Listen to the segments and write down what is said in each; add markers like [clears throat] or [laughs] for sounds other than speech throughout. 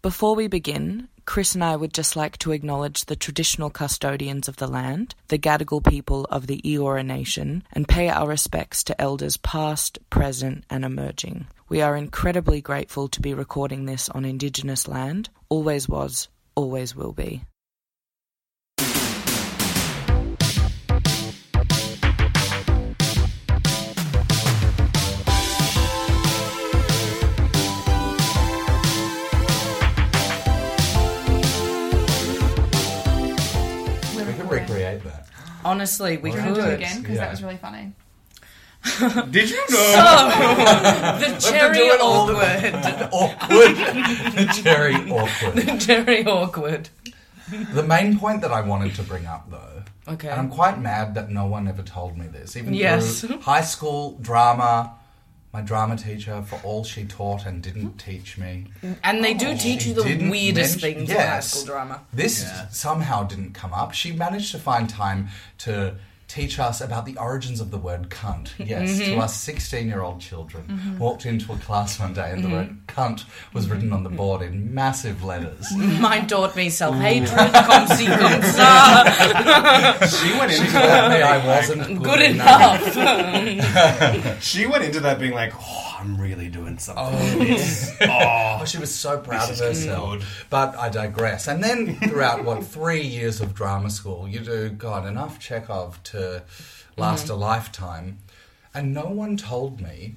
Before we begin, Chris and I would just like to acknowledge the traditional custodians of the land, the Gadigal people of the Eora Nation, and pay our respects to elders past, present, and emerging. We are incredibly grateful to be recording this on Indigenous land, always was, always will be. We could recreate that. Honestly, we We're could. gonna do it again Good. because Yeah. that was really funny. Did you know? The cherry do it all the- awkward. awkward. [laughs] The cherry [laughs] awkward. Jerry awkward. The main point that I wanted to bring up, though, Okay. and I'm quite mad that no one ever told me this, even Yes. through high school drama. My drama teacher, for all she taught and didn't teach me, And they do teach she you the Oh, didn't weirdest mention- things in high Yes. school [laughs] drama. This somehow didn't come up. She managed to find time to teach us about the origins of the [laughs] word cunt. Yes, to Mm-hmm. us 16 year old children. Walked into a class one day and the word Mm-hmm. cunt was written on the board in massive [laughs] letters. Mine taught me self hatred, [laughs] consequence, She went [laughs] into Told me that. I wasn't good, good enough. enough. She went into that being like, "Oh, I'm really doing something." Oh, [laughs] this. oh. Oh, she was so proud This of is herself. good. But I digress. And then throughout what [laughs] three years of drama school, you do God enough Chekhov to last Mm-hmm. a lifetime, and no one told me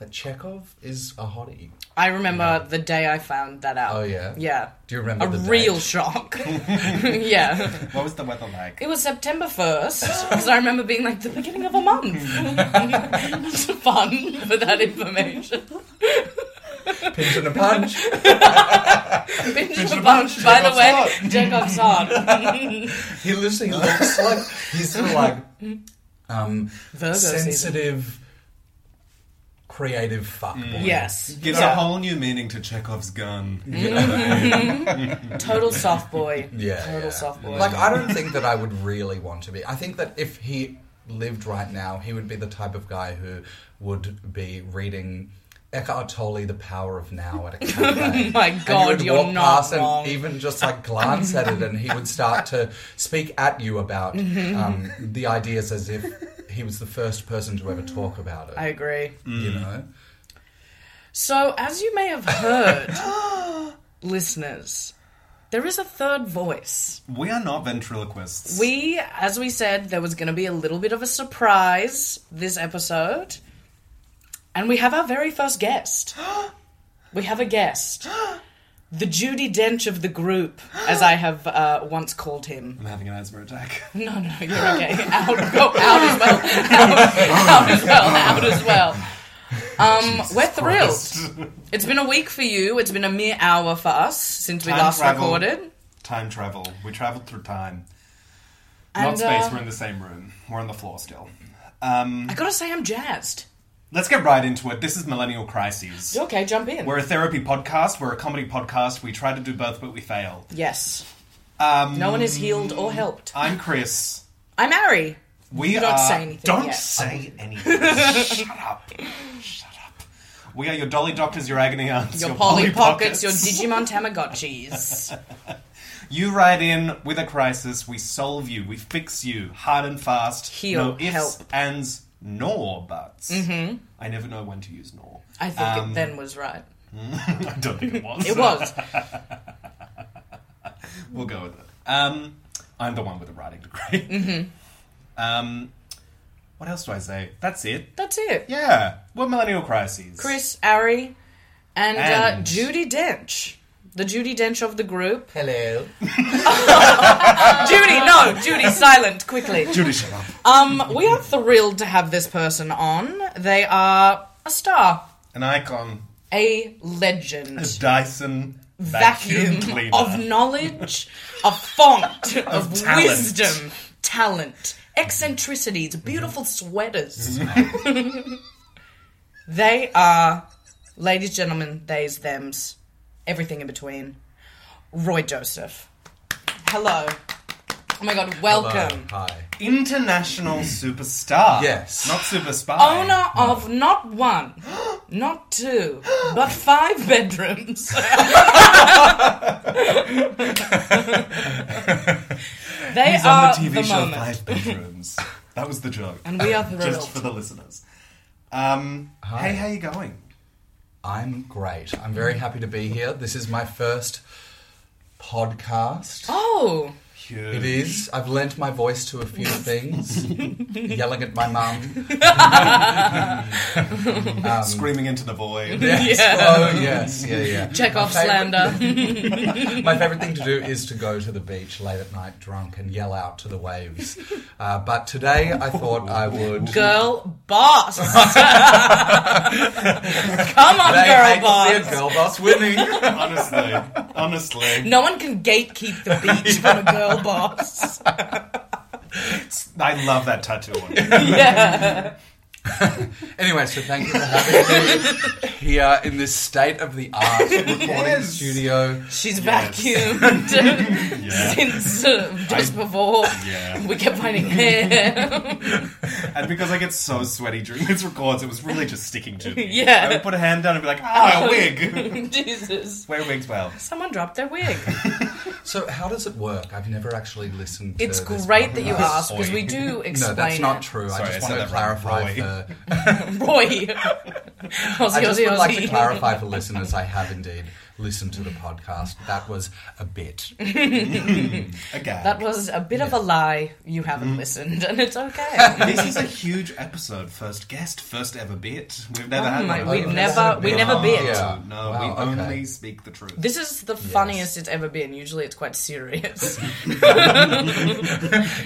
that Chekhov is a hottie. I remember the day I found that out. Oh, yeah? yeah. Do you remember A the real date? [laughs] shock. [laughs] yeah, [laughs] What was the weather like? it was September first because I remember being like the beginning of a [laughs] month. [laughs] it's fun for that information. Pinch and a punch. Binge of a bunch, by the way. Jacob's [laughs] hard. [laughs] He literally looks like he's sort of like um, Virgo Mm-hmm. season. sensitive, creative fuckboy. Yes. Gives Yeah. a whole new meaning to Chekhov's gun. Total soft boy. [laughs] Yeah, Total yeah. soft boy. Like I don't think that I would really want to be. I think that if he lived right now, he would be the type of guy who would be reading Eckhart Tolle, The Power of [laughs] Now, at a cafe. Oh My God, and he you're would walk not past wrong. and even just like glance at it, and he would start to speak at [laughs] you about um, the ideas as if he was the first person to ever talk about it. I agree. you know, So, as you may have [gasps] heard, [gasps] listeners, there is a third voice. We are not ventriloquists. We, as we said, there was going to be a little bit of a surprise this episode. And we have our very first [gasps] guest. we have a guest. The Judy Dench of the group, as I have uh, once called [gasps] him. I'm having an asthma attack. No, no, you're okay. Out, go out as [laughs] well. Out, out as well. Out as well. Um, we're thrilled. It's been a week for you. It's been a mere hour for us since we Time last travel. recorded. Time travel. We traveled through time. And, not space. uh, We're in the same room. We're on the floor still. Um, I gotta say, I'm jazzed. let's get right into it. This is Millennial Crises. Okay, jump in. We're a therapy podcast. We're a comedy podcast. We try to do both, but we fail. yes. Um, No one is healed or helped. I'm Chris. I'm Ari. We don't are, say anything Don't yet. say [laughs] anything. Shut up. Shut up. We are your dolly doctors, your agony aunts, Your, Polly Pockets, your [laughs] Digimon Tamagotchis. you write in with a crisis. We solve you. We fix you hard and fast. Heal, No ifs, help. ands, nor buts. Mm-hmm. I never know when to use nor. I think it then was right. [laughs] I don't think it [laughs] was. It was. We'll go with it. Um, I'm the one with the writing degree. [laughs] Mm-hmm. Um, what else do I say? That's it. That's it. Yeah. What millennial crises? Chris, Ari, and, Uh, And- Judy Dench. The Judy Dench of the group. hello. [laughs] Judy, no, Judy, silent, quickly. Judy, shut up. Um, we are thrilled to have this person on. They are a star, An icon. a legend, Dyson vacuum vacuum, cleaner. of knowledge, a font of, talent. wisdom, talent, eccentricities, beautiful sweaters. they are, ladies, gentlemen, theys, thems, everything in between. Roy Joseph. Hello. Oh my god, welcome. Hi. International superstar. Yes. Not super spy. owner of not [gasps] [laughs] one, not two, but five bedrooms. was on are the TV the show moment. [laughs] Five Bedrooms. that was the joke. And we are the Just result. for the listeners. Um, Hi. Hey, how you going? I'm great. I'm very happy to be here. This is my first podcast. Oh, Huge. It is. I've lent my voice to [laughs] a few things, yelling at my mum. um, Screaming into [laughs] the void. Yes. Yeah. Oh, yes. Yeah, yeah. Chekhov My favourite- [laughs] slander. My favourite thing to do is to go to the beach late at night drunk and yell out to the waves. Uh, but today I thought I would. girl [laughs] boss. Come on, Today I girl hate to boss. see a girl boss winning. honestly. Honestly. No one can gatekeep the beach from a girl boss. I love that tattoo [laughs] on you. Yeah. anyway, so thank you for having me here in this state of the [laughs] art recording Yes. studio. She's Yes. vacuumed [laughs] Yeah. since uh, just before. Yeah. We kept finding hair. And because I get so sweaty during these records, it was really just sticking to me. [laughs] Yeah. I would put a hand down and be [laughs] like, [laughs] ah, a [laughs] wig. Jesus. Wear wigs well. Someone dropped their [laughs] wig. So how does it work? I've never actually listened to It's this great that you podcast. asked because we Oi. do explain. [laughs] No, that's not [laughs] it. true. Sorry, I I just said want to that wrong. clarify Roy. for Roy. [laughs] I Aussie, just Aussie, would like to Aussie. clarify for listeners I have indeed listened to the podcast. That was a bit. Again. That was a bit of a lie. You haven't Mm. listened, [laughs] and it's [laughs] okay. this is a huge episode. First guest, first ever bit. We've never Oh had my- one. we of those. never- we never bit. Yeah. No, Wow, we okay. only speak the truth. This is the funniest it's ever been. Usually, it's quite [laughs] serious.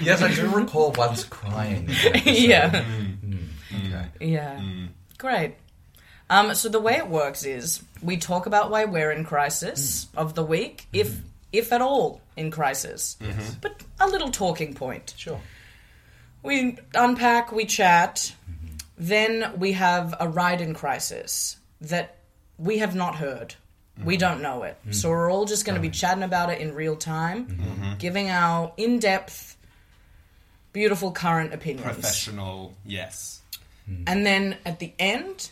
Yes, I do recall once crying. [laughs] yeah, [laughs] Okay. yeah, great. Um, so the way it works is we talk about why we're in crisis of the week, if if at all in crisis, but a little talking point. Sure. We unpack, we chat. Then we have a ride in crisis that we have not heard. We don't know it. So we're all just going to be chatting about it in real time, giving our in depth, beautiful current opinions. Professional, yes. And then at the end,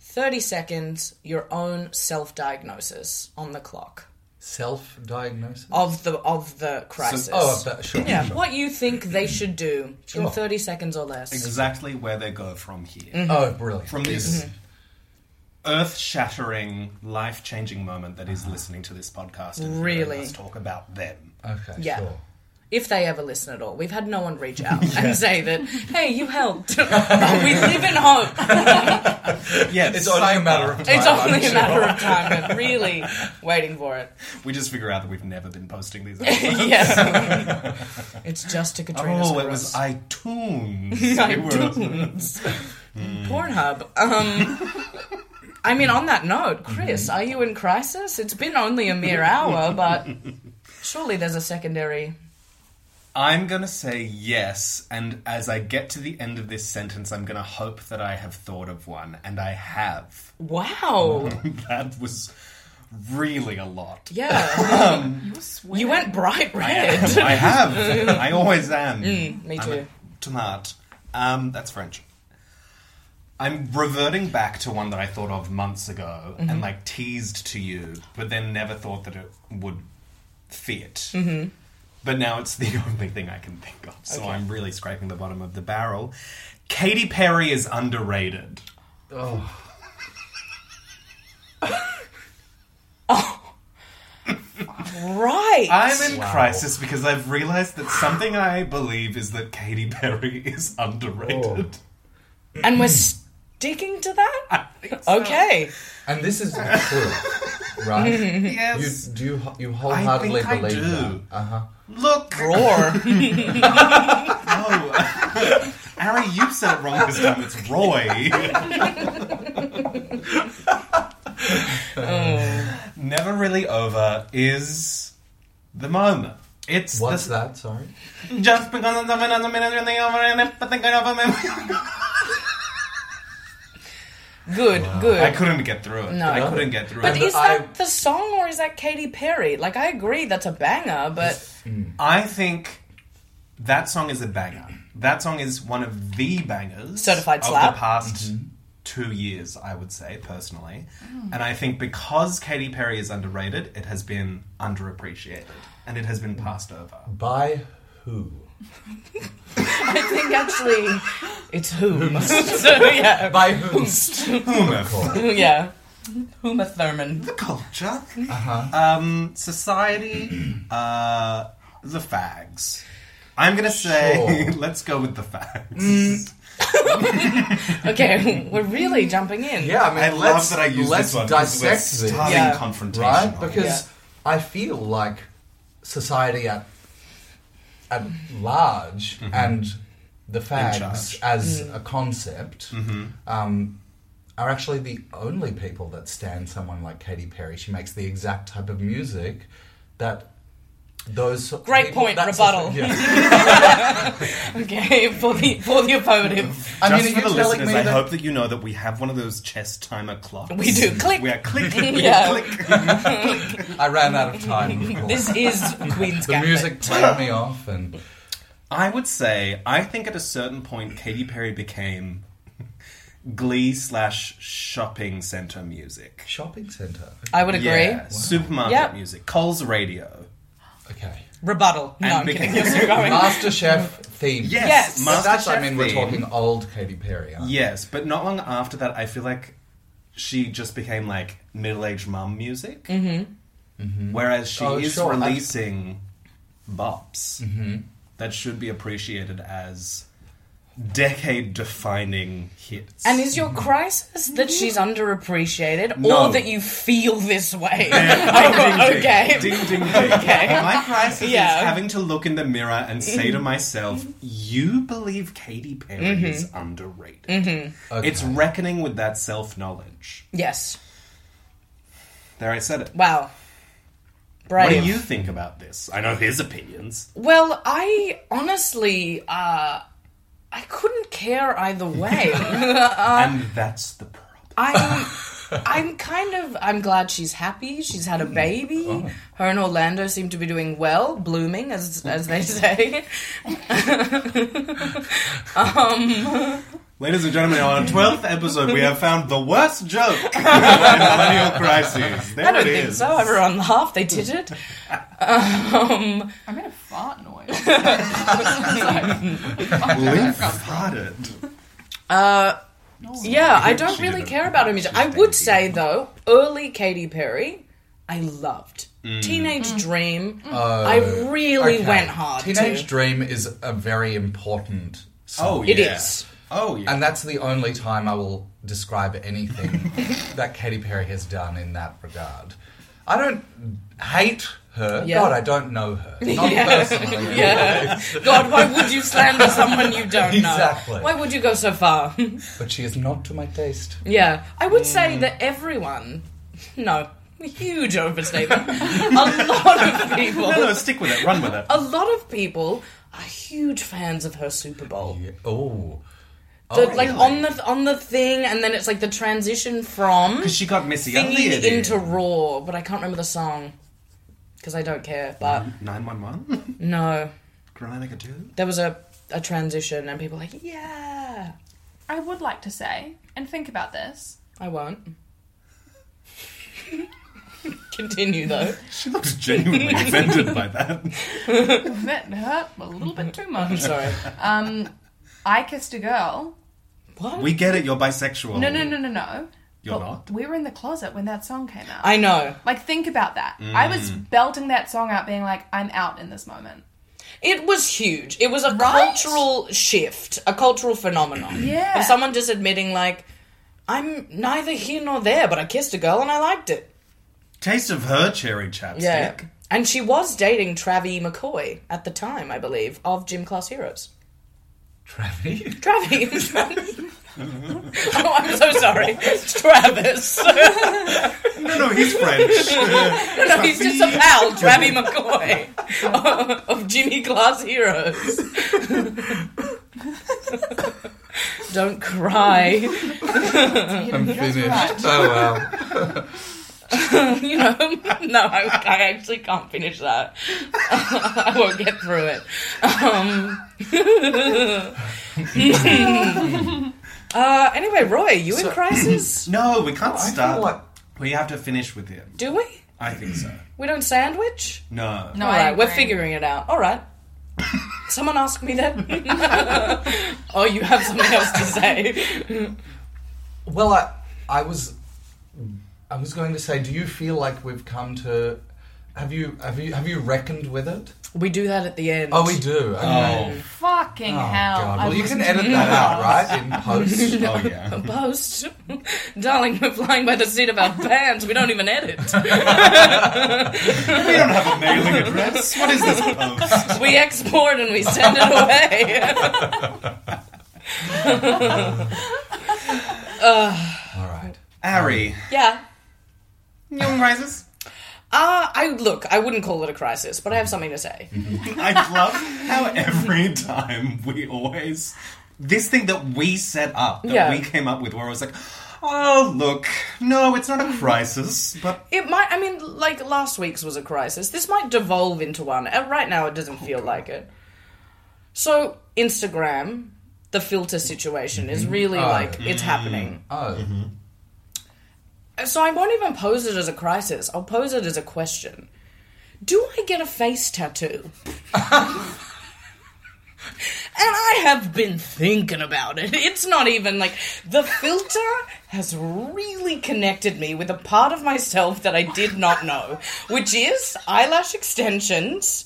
30 seconds, your own self diagnosis on the clock Self-diagnosis. of the of the crisis. Oh, but sure. yeah, sure. what you think they should do in Sure. 30 seconds or less. Exactly where they go from here. Mm. Oh, brilliant. From this earth shattering, life changing moment that Ah. is listening to this podcast and hearing Really? us talk [laughs] about them. Okay, Mm-hmm. Yeah. sure. if they ever listen at all. We've had no one reach [laughs] out and say that, hey, you helped. [laughs] But we live in [laughs] hope. Yes. It's only a matter of time. It's I'm only a sure. matter of time, but really waiting for [laughs] it. We just figure out that we've never been posting [laughs] these. episodes. yes. [laughs] it's just to Katrina's oh, it cross. was iTunes. [laughs] It was- iTunes. Hmm. Pornhub. Um, I mean, on that note, Chris, are you in crisis? It's been only a mere hour, but surely there's a secondary. I'm gonna say yes, and as I get to the end of this sentence, I'm gonna hope that I have thought of one, and I have. Wow. [laughs] that was really a lot. Yeah. Swear. Um, You went bright I red. [laughs] am. I have. I always am. me I'm a too. tomate. Um, that's French. I'm reverting back to one that I thought of months ago and like teased to you, but then never thought that it would fit. Mm-hmm. But now it's the [laughs] only thing I can think of, so I'm really scraping the bottom of the barrel. Katy Perry is underrated. Oh, Right. I'm in Wow. crisis because I've realized that something I believe is that Katy Perry [laughs] is underrated. And we're sticking to that? Okay. and this is [laughs] true, Mm-hmm. right? you [laughs] Yes. do you, you wholeheartedly I believe do. that? Uh-huh. Look. Roar. [laughs] Oh, Ari, you said it wrong this time. [laughs] It's Roy. Never really over is the moment. It's What's the, that? Sorry. just because I'm something on the minute really over and if I think I know about me- Good, good. I couldn't get through it. No. I couldn't get through but it. is I- that the song or is that Katy Perry? Like, I agree that's a banger, but I think that song is a banger. That song is one of the bangers Certified of slap. the past Mm-hmm. two years, I would say personally. Mm. And I think because Katy Perry is underrated, it has been underappreciated and it has been passed over By who. I think actually it's whom. so [laughs] yeah, By whomst. Whomever. [laughs] yeah. Huma Thurman. the [laughs] culture, Uh-huh. um, [clears throat] society, uh, the fags. I'm gonna say, Sure. [laughs] Mm, let's go with the fags. Okay, we're really jumping in. [laughs] Yeah, I mean, I let's, love that I use let's this one because we're dissect this, starting Yeah. confrontation, right? on it. Because Yeah. I feel like society at at large and the fags Mm-hmm. charge. Mm-hmm. as Mm. a concept um, are actually the only people that stand someone like Katy Perry. She makes the exact type of music that those so- Great people- point, that's the rebuttal. thing, yeah. [laughs] Okay, for the for the affirmative. I mean, are Just for you the telling listeners, me I that- hope that you know that we have one of those chess timer clocks. We do. Click. We are [laughs] click. We Yeah. click. I ran out of [laughs] time. of course. This [laughs] is Queen's the Gambit. music played me off, and I would say, I think at a certain point, Katy Perry became [laughs] Glee slash shopping center music. shopping center. I would agree. Yeah, supermarket Yep. music. Cole's radio. Okay. Rebuttal. No, And I'm because- kidding. You're [laughs] still going. Master Chef theme. Yes. But that's, I MasterChef mean, we're theme. talking old Katy Perry. Aren't Yes, but not long after that, I feel like she just became like middle-aged mum music. Mm-hmm. Whereas she Oh, is sure, that's- releasing bops that should be appreciated as decade-defining hits. And is your crisis that she's underappreciated, No. or that you feel this [laughs] way? Ding, [laughs] okay. Ding ding ding. okay. My crisis Yeah. is having to look in the mirror and say to myself, "You believe Katy Perry is underrated." Okay. It's reckoning with that self-knowledge. yes. There, I said it. Wow. Brave. What do you think about this? I know his opinions. Well, I honestly, uh, I couldn't care either [laughs] way. Uh, and that's the problem. [laughs] I'm, I'm kind of, I'm glad she's happy. She's had a Mm. baby. Oh. Her and Orlando seem to be doing well, blooming, as as they Mm. [laughs] say. Ladies and gentlemen, [laughs] on our 12th episode, we have found the worst [laughs] joke in millennial crises. There I don't it think is. so. Everyone laughed. They Um, tittered. I made a fart [laughs] noise. It's like, fuck, Lynn I've got- farted. Yeah, I don't She really did a- care about her music. I would say though, early Katy Perry, I loved. Mm. Teenage Dream, Oh, I really Okay. went hard. Teenage to. Dream is a very important song. Oh, yeah. It [laughs] is. Oh, yeah. And that's the only time I will describe anything [laughs] that Katy Perry has done in that regard. I don't hate her. Yeah. God, I don't [laughs] know her. Not Yeah. personally. Yeah. [laughs] God, why would you slander someone you don't know? Exactly. Why would you go so far? [laughs] But she is not to my taste. yeah. I would say that everyone. [laughs] No. Huge overstatement. a lot of people. no, no, stick with it. Run with it. A lot of people are huge fans of her Super Bowl. Yeah. Oh. The- Oh, like really? on the on the thing, and then it's like the transition from She got Missy thingy Elliott in. into Raw, but I can't remember the song because I don't care. But Mm-hmm. [laughs] 911? no, Cry like a dude? there was a a transition, and people were like, yeah, I would like to say, and think about this. I won't. [laughs] Continue though. She looks [laughs] genuinely offended by that. That hurt a little bit too I'm [laughs] much. sorry. Um, I kissed a girl. What? [laughs] We get it, you're bisexual. No, no, no, no, no. You're But not. We were in the closet when that song came out. I know Like, think about that. I was Mm. belting that song out, being like, I'm out in this moment. it was huge. It was a Right? cultural shift, a cultural phenomenon. [clears throat] Yeah. of someone just admitting like, I'm neither here nor there, but I kissed a girl and I liked it. Taste of her cherry chapstick. Yeah. And she was dating Travie McCoy at the time, I believe, of Gym Class Heroes. Travi. Travie. [laughs] [laughs] oh, I'm so sorry. It's [laughs] Travis. No, no, he's [laughs] French. no, no, he's just a pal, Travie McCoy of Jimmy Class Heroes. Don't cry. I'm finished. Oh, wow. you know, no, I, I actually can't finish that. I won't get through it. Um, [laughs] uh, anyway, Roy, you in crisis? no, we can't I feel start. like- We have to finish with him. Do we? I think so. We don't sandwich? Mm. No. No, All right, I we're agree. figuring it out. All right. Someone asked me [laughs] that. oh, you have something else to say. Well, I, I was, I was going to say, do you feel like we've come to? Have you have you have you reckoned with it? We do that at the end. Oh, we do. Okay. [laughs] Fucking Oh, hell. God. I Well, you was- can edit that out, right? In [laughs] post. Oh yeah. Post, darling, we're flying by the seat of [laughs] our pants. We don't even [laughs] edit. we don't have a mailing address. What is this post? We export and we send it away. Oh, All right. Ari, yeah. young rises. Uh, I look. I wouldn't call it a crisis, but I have something to say. I love how every time we always this thing that we set up that Yeah. we came up with, where I was like, oh look, no, it's not a crisis, but It might. I mean, like last week's was a crisis. This might devolve into one. Uh, Right now, it doesn't feel like it. So Instagram, the filter situation is really like it's happening. Oh, So I won't even pose it as a crisis. I'll pose it as a question. Do I get a face tattoo? and I have been thinking about it. It's not even like the filter has really connected me with a part of myself that I did not know, which is eyelash extensions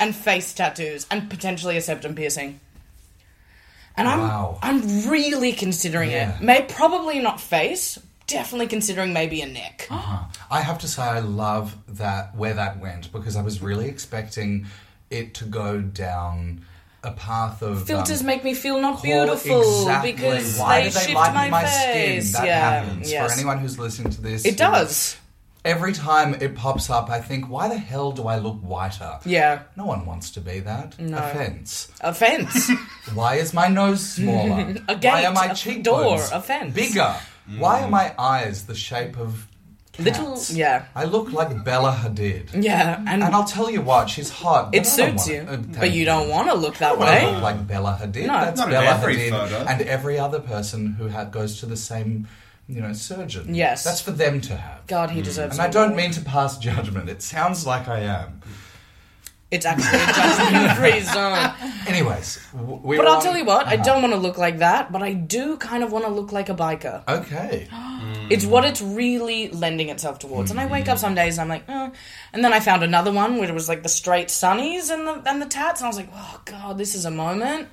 and face tattoos and potentially a septum piercing. And I'm Wow. I'm really considering Yeah. it. May probably not face. Definitely considering maybe a [gasps] neck. I have to say, I love that where that went because I was really expecting it to go down a path of Filters um, make me feel not Paul, beautiful exactly. because Why they, do shift like my, face. Skin? That yeah, happens yes. for anyone who's listening to this. It does. Every time it pops up, I think, why the hell do I look whiter? Yeah, No one wants to be that. Offense. [laughs] offense. Why is my nose [laughs] smaller? A Why gate, are my a cheekbones door, a fence. bigger? Why Mm. are my eyes the shape of cats? Little, yeah, I look like Bella Hadid. yeah, and, And I'll tell you what, she's hot. but it I don't suits you, wanna- uh, but thank you don't want to look that I don't wanna way. look like Bella Hadid. No. That's Not in Bella every Hadid photo. and every other person who ha- goes to the same, you know, surgeon. Yes. that's for them to have. God, he deserves. And I an don't award. mean to pass judgment. It sounds like I am. it's actually a [laughs] judgment-free zone. Anyways, w- we. But were I'll on- tell you what, I Uh-huh. don't want to look like that, but I do kind of want to look like a biker. Okay. [gasps] It's what it's really lending itself towards. And I wake Mm-hmm. up some days and I'm like, eh. and then I found another one where it was like the straight sunnies and the and the tats, and I was like, oh god, this is a moment.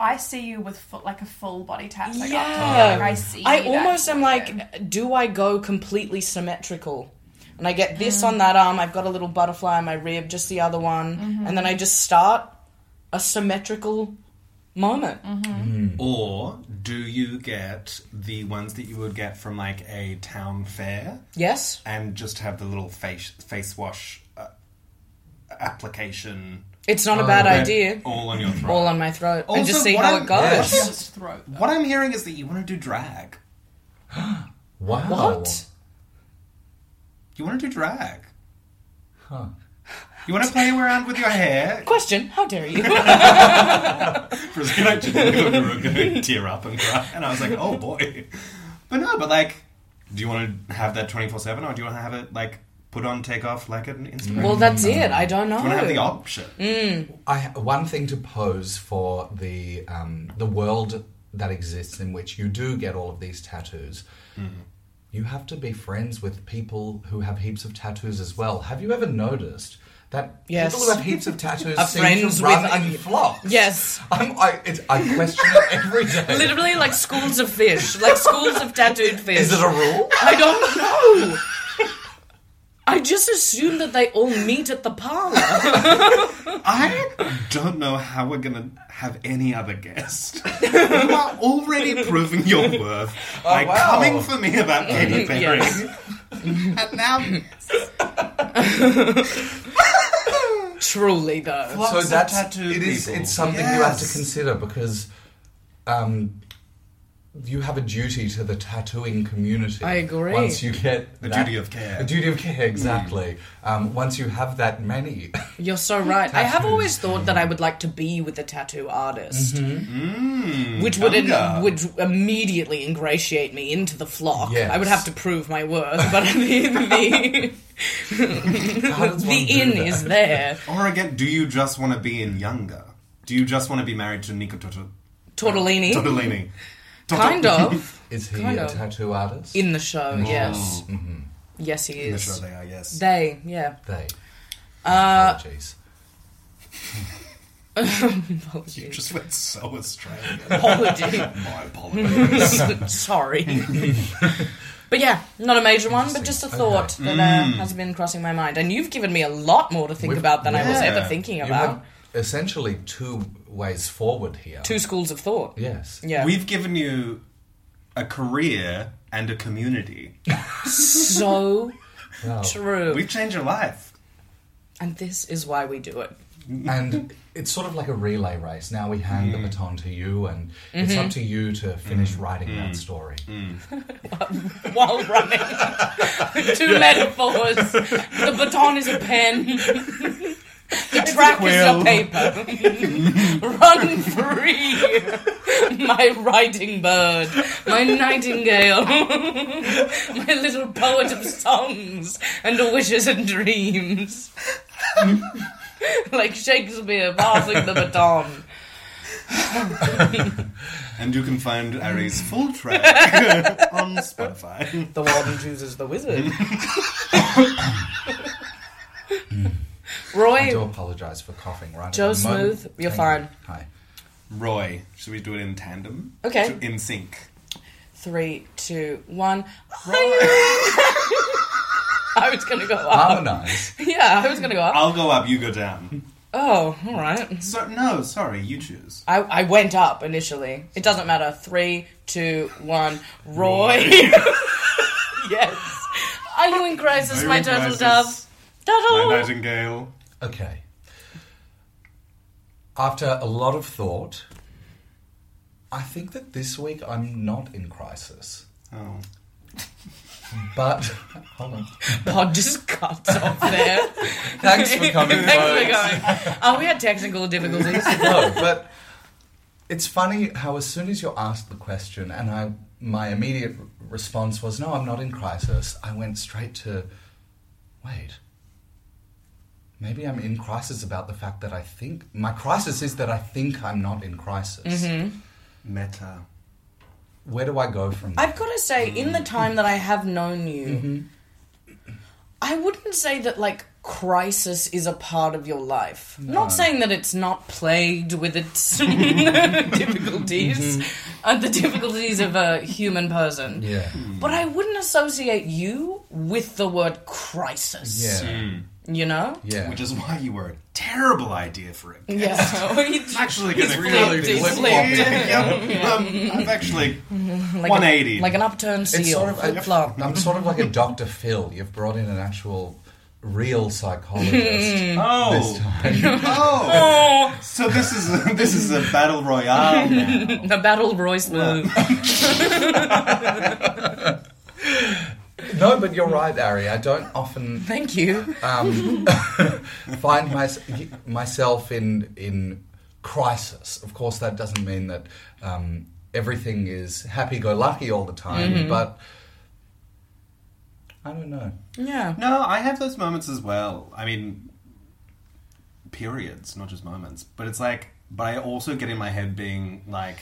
I see you with full, like a full body tat. Like, Yeah. Like, Oh. I see. I that almost am for you. like, do I go completely symmetrical? And I get this Mm. on that arm. I've got a little butterfly on my rib, just the other one, Mm-hmm. and then I just start a symmetrical moment. Mm. Or do you get the ones that you would get from like a town fair Yes. and just have the little face face wash uh, application It's not a bad red idea. all on your throat? All on my throat, and Also, just see what how I'm- it goes. Yes. Just throat. what I'm hearing is that you want to do drag. Wow. What? You want to do drag. Huh. You want to play around with your hair? Question: How dare you? Christine, I just knew you were going to tear up and cry. And I was like, oh boy. But no, but like, do you want to have that 24 7 or do you want to have it like put on, take off like an Instagram? well, that's it. I don't know. do you want to have the option? I one thing to pose for the um, the world that exists in which you do get all of these tattoos. You have to be friends with people who have heaps of tattoos as well. Have you ever noticed that Yes. people who have heaps of [laughs] tattoos Are seem friends to run with in other- flocks? Yes. I'm, I, it's, I question it every day. [laughs] Literally like schools of fish, like schools of tattooed fish. Is it a rule? I don't know. I just assume that they all meet at the parlor. [laughs] I don't know how we're going to have any other guest. [laughs] you are already proving your worth by wow. coming for me about Katy Perry. Yes. and now. Truly, though. so Lots of that's tattooed it is people. it's something you have to Yes. consider because um you have a duty to the tattooing community. I agree. Once you get The duty of care. Mm. the duty of care, exactly. Um, once you have that many, [laughs] You're so right. I have always thought that I would like to be with a tattoo artist, Mm. which would Dunga. would immediately ingratiate me into the flock. Yes. I would have to prove my worth, but [laughs] the the, how does the one do in that? is there. Or again, do you just want to be in younger? Do you just want to be married to Nico Torto- Tortellini. [laughs] Tortellini? Torto- Kind [laughs] of. Is he Kind a of. tattoo artist? In the show, Mm-hmm. yes. Yes, he Yeah, is. sure they are, yes. They, yeah. [laughs] they. Uh, Apologies. you Apologies. just went so Australian. [laughs] Apologies. My apologies. [laughs] [laughs] Sorry. but yeah, not a major one, but just a thought that uh, has been crossing my mind. And you've given me a lot more to think Mm. We've- about than I was yeah. ever thinking You about. have essentially two ways forward here. Two schools of thought. Yes. Yeah. [laughs] We've given you a career and a community. so [laughs] Wow. true. We've changed your life. and this is why we do it. and it's sort of like a relay race. Now we hand Mm. the baton to you, and it's Mm-hmm. up to you to finish writing Mm. that story. While running. Two metaphors. The baton is a pen. The track is a quill. paper. Run free, my riding bird, my nightingale, my little poet of songs and wishes and dreams. like Shakespeare passing the baton. And you can find Ari's full track on Spotify. The warden chooses the wizard. I do Roy, apologise for coughing right Joe at the moment. Smooth, you're Thank you. Hi. Roy, should we do it in tandem? Okay. To- In sync. three, two, one. [laughs] I was gonna go up. [laughs] Harmonise. Yeah, I was gonna go up. I'll go up, you go down. Oh, all right. So, no, sorry, you choose. I, I went up initially. It doesn't matter. Three, two, one. Roy. [laughs] yes. Are you in crisis, Are you my in turtle crisis? dove? Oh. My Turtle. nightingale. okay. After a lot of thought, I think that this week I'm not in crisis. Oh. But [laughs] hold on. Pod just cuts off [laughs] there. Thanks for coming. folks. Thanks for going. Oh, we had technical difficulties. no, but it's funny how as soon as you're asked the question, and I, my immediate r- response was, "No, I'm not in crisis." I went straight to, "Wait, maybe I'm in crisis about the fact that I think my crisis is that I think I'm not in crisis. Meta. Where do I go from there?" I've got to say, in the time that I have known you, Mm-hmm. I wouldn't say that like crisis is a part of your life. Not saying that it's not plagued with its [laughs] difficulties, Mm-hmm. uh, the difficulties of a human person. yeah, But I wouldn't associate you with the word crisis. yeah, You know? yeah. Which is why you were a terrible idea for a guest. Yeah. [laughs] I'm actually going to really really flip-flopped. I've actually [laughs] 180. like an upturned seal. It's sort of flip flop. I'm sort of like a Dr. Phil. You've brought in an actual real psychologist. oh, this time. oh! So this is [laughs] a, this is a [laughs] battle royale now. [laughs] The battle Royce move. No, but you're right, Ari. I don't [laughs] often Thank you. um, find mys myself in in crisis. Of course, that doesn't mean that um, everything is happy-go-lucky all the time, but I don't know. Yeah. No, I have those moments as well. I mean, periods, not just moments. But it's like, but I also get in my head being like,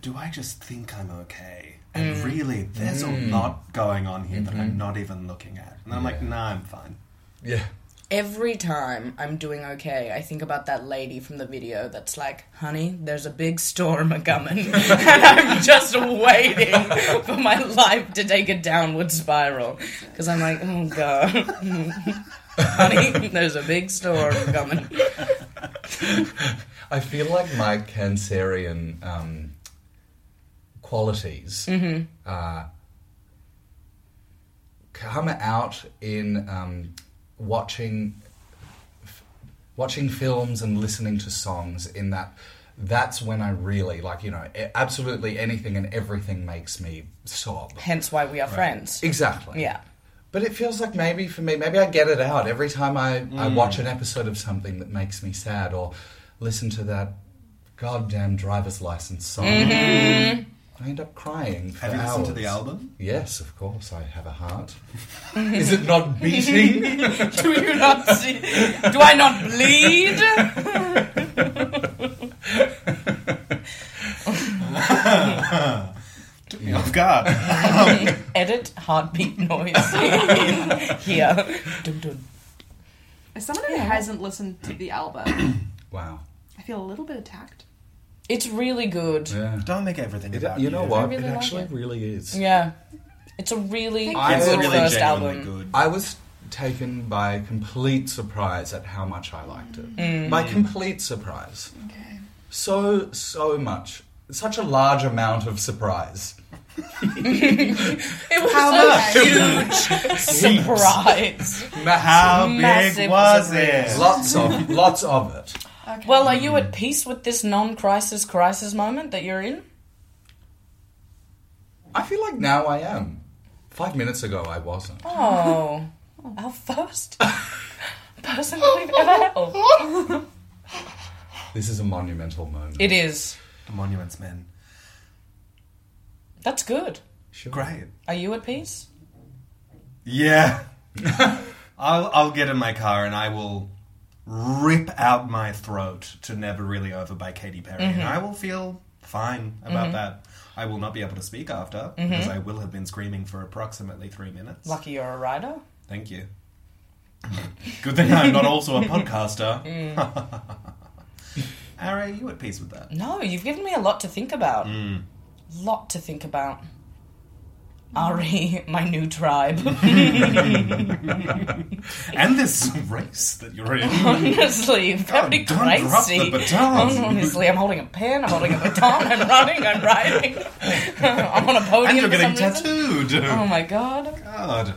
do I just think I'm okay? And Mm. really, there's a lot going on here that Mm-hmm. I'm not even looking at. And I'm like, nah, I'm fine. Yeah, every time I'm doing okay, I think about that lady from the video that's like, honey, there's a big storm a coming. [laughs] and I'm just waiting for my life to take a downward spiral. Because I'm like, oh, God. [laughs] honey, there's a big storm coming. I feel like my Cancerian um, qualities uh, come out in um, watching f- watching films and listening to songs. In that, that's when I really like you know a- absolutely anything and everything makes me sob. Hence why we are friends. Exactly. Yeah. [laughs] But it feels like maybe for me, maybe I get it out every time I, I Mm. watch an episode of something that makes me sad or listen to that goddamn driver's license song. I end up crying. For Mm-hmm. Have you listened to the hours. [laughs] album? Yes, of course. I have a [laughs] heart. Is it not beating? Do you not see? Do I not bleed? [laughs] guard. Edit heartbeat noise [laughs] here. Dun, dun. As someone who hasn't listened to the album, Wow. I feel a little bit attacked. It's really good. Yeah. Yeah. Don't make everything It, about you know you. what? really it like actually it. really is. It's a really good I It's will really first genuinely album. good. I was taken by complete surprise at how much I liked it. Mm. By complete surprise. Okay. So, so much. Such a large amount of surprise. It was much? a huge [laughs] surprise. How Massive big was surprise. it? Lots of, lots of it. Okay. Well, are you at peace with this non-crisis crisis moment that you're in? I feel like now I am. Five minutes ago, I wasn't. Oh, our first person that we've ever [laughs] held. This is a monumental moment. It is. The monuments men. That's good. Sure. Great. Are you at peace? [laughs] Yeah. I'll I'll get in my car and I will rip out my throat to Never Really Over by Katy Perry and Mm-hmm. I will feel fine about that. I will not be able to speak after Mm-hmm. because I will have been screaming for approximately 3 minutes. Lucky you're a writer. Thank you. Good thing I'm not also a [laughs] podcaster. Mm. [laughs] Ari, you at peace with that? No, you've given me a lot to think about. Hmm. Lot to think about. Ari, my new tribe. [laughs] And this race that [laughs] you're in. Honestly, very don't drop the Oh, crazy. Oh, baton. Honestly, I'm holding a pen, I'm holding a baton, I'm running, I'm riding. [laughs] I'm on a podium. and you're for getting some reason. tattooed. Oh my god. God.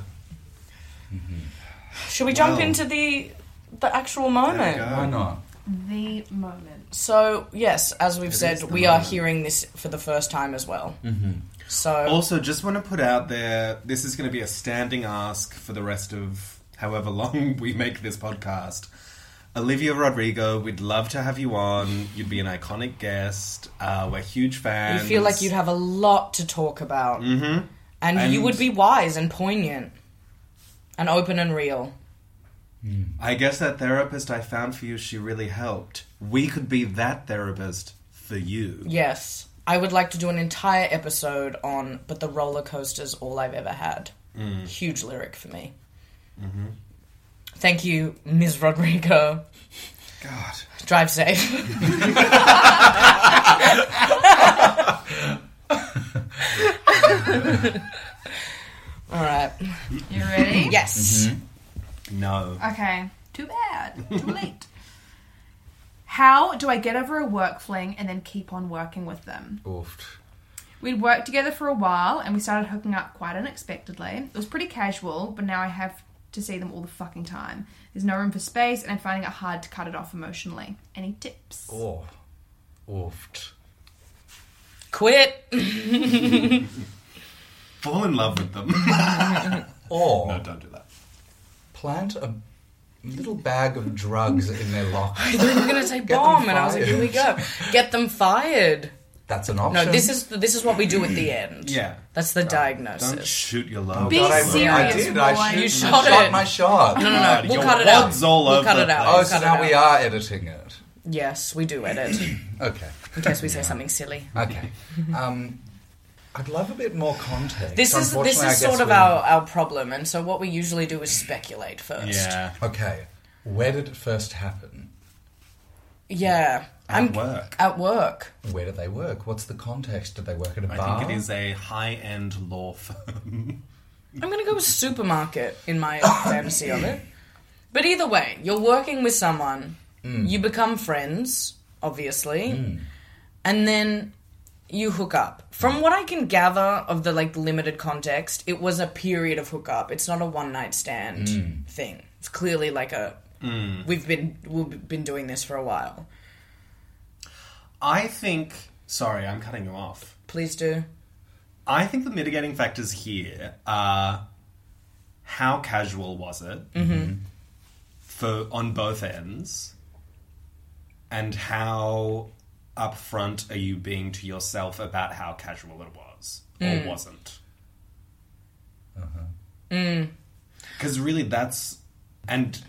Should we jump Wow. into the the actual There you moment? go. Why not? the moment. So yes, as we've said, is the we are moment. hearing this for the first time as well. Mm-hmm. So Also, just want to put out there this is going to be a standing ask for the rest of however long [laughs] we make this podcast. Olivia Rodrigo, we'd love to have you on. You'd be an iconic guest. Uh, we're huge you fans. feel like you'd have a lot to talk about, mm-hmm. and, you And- would be wise and poignant, and open and real. I guess that therapist I found for you, she really helped. We could be that therapist for you. Yes, I would like to do an entire episode on "But the roller coaster's all I've ever had." Huge lyric for me. Mm-hmm. Thank you, Ms. Rodrigo. God. Drive safe. All right. You ready? Yes. No. Okay. Too bad. [laughs] Too late. How do I get over a work fling and then keep on working with them? Oof. We'd worked together for a while and we started hooking up quite unexpectedly. It was pretty casual, but now I have to see them all the fucking time. There's no room for space and I'm finding it hard to cut it off emotionally. Any tips? Oh. Oof. Quit. Fall in love [laughs] with them. Or Oh. no, don't do that. plant a little bag of drugs in their locker. [laughs] I thought you were gonna say them bomb, and I was like, here we go. fired. Get them fired. That's an option. No, this is this is what we do at the end. Yeah. That's the Don't diagnosis. shoot your love. Be Oh, God, I, I serious, did. I, boy. shoot, You I shot shot it. my shot. no, no, no. your We'll cut it out. wad's all We'll over cut the it out. Oh, We'll so cut now it we out. are editing it. Yes, we do [coughs] edit Okay. in case we say something silly. Okay. [laughs] Um, I'd love a bit more context. This is this Unfortunately, I is sort guess of we- our, our problem, and so what we usually do is speculate first. Yeah. Okay. Where did it first happen? Yeah. At work. At work. Where do they work? What's the context? Did they work at a bar? I think it is a high end law firm. [laughs] I'm going to go with supermarket in my fantasy of it. But either way, you're working with someone, you become friends, obviously, and then you hook up. From what I can gather of the like limited context, it was a period of hookup. It's not a one night stand thing. It's clearly like a we've been we've been doing this for a while. I think. Sorry, I'm cutting you off. Please do. I think the mitigating factors here are how casual was it Mm-hmm. for on both ends, and how upfront are you being to yourself about how casual it was or Mm. wasn't? Mm. Because really, that's and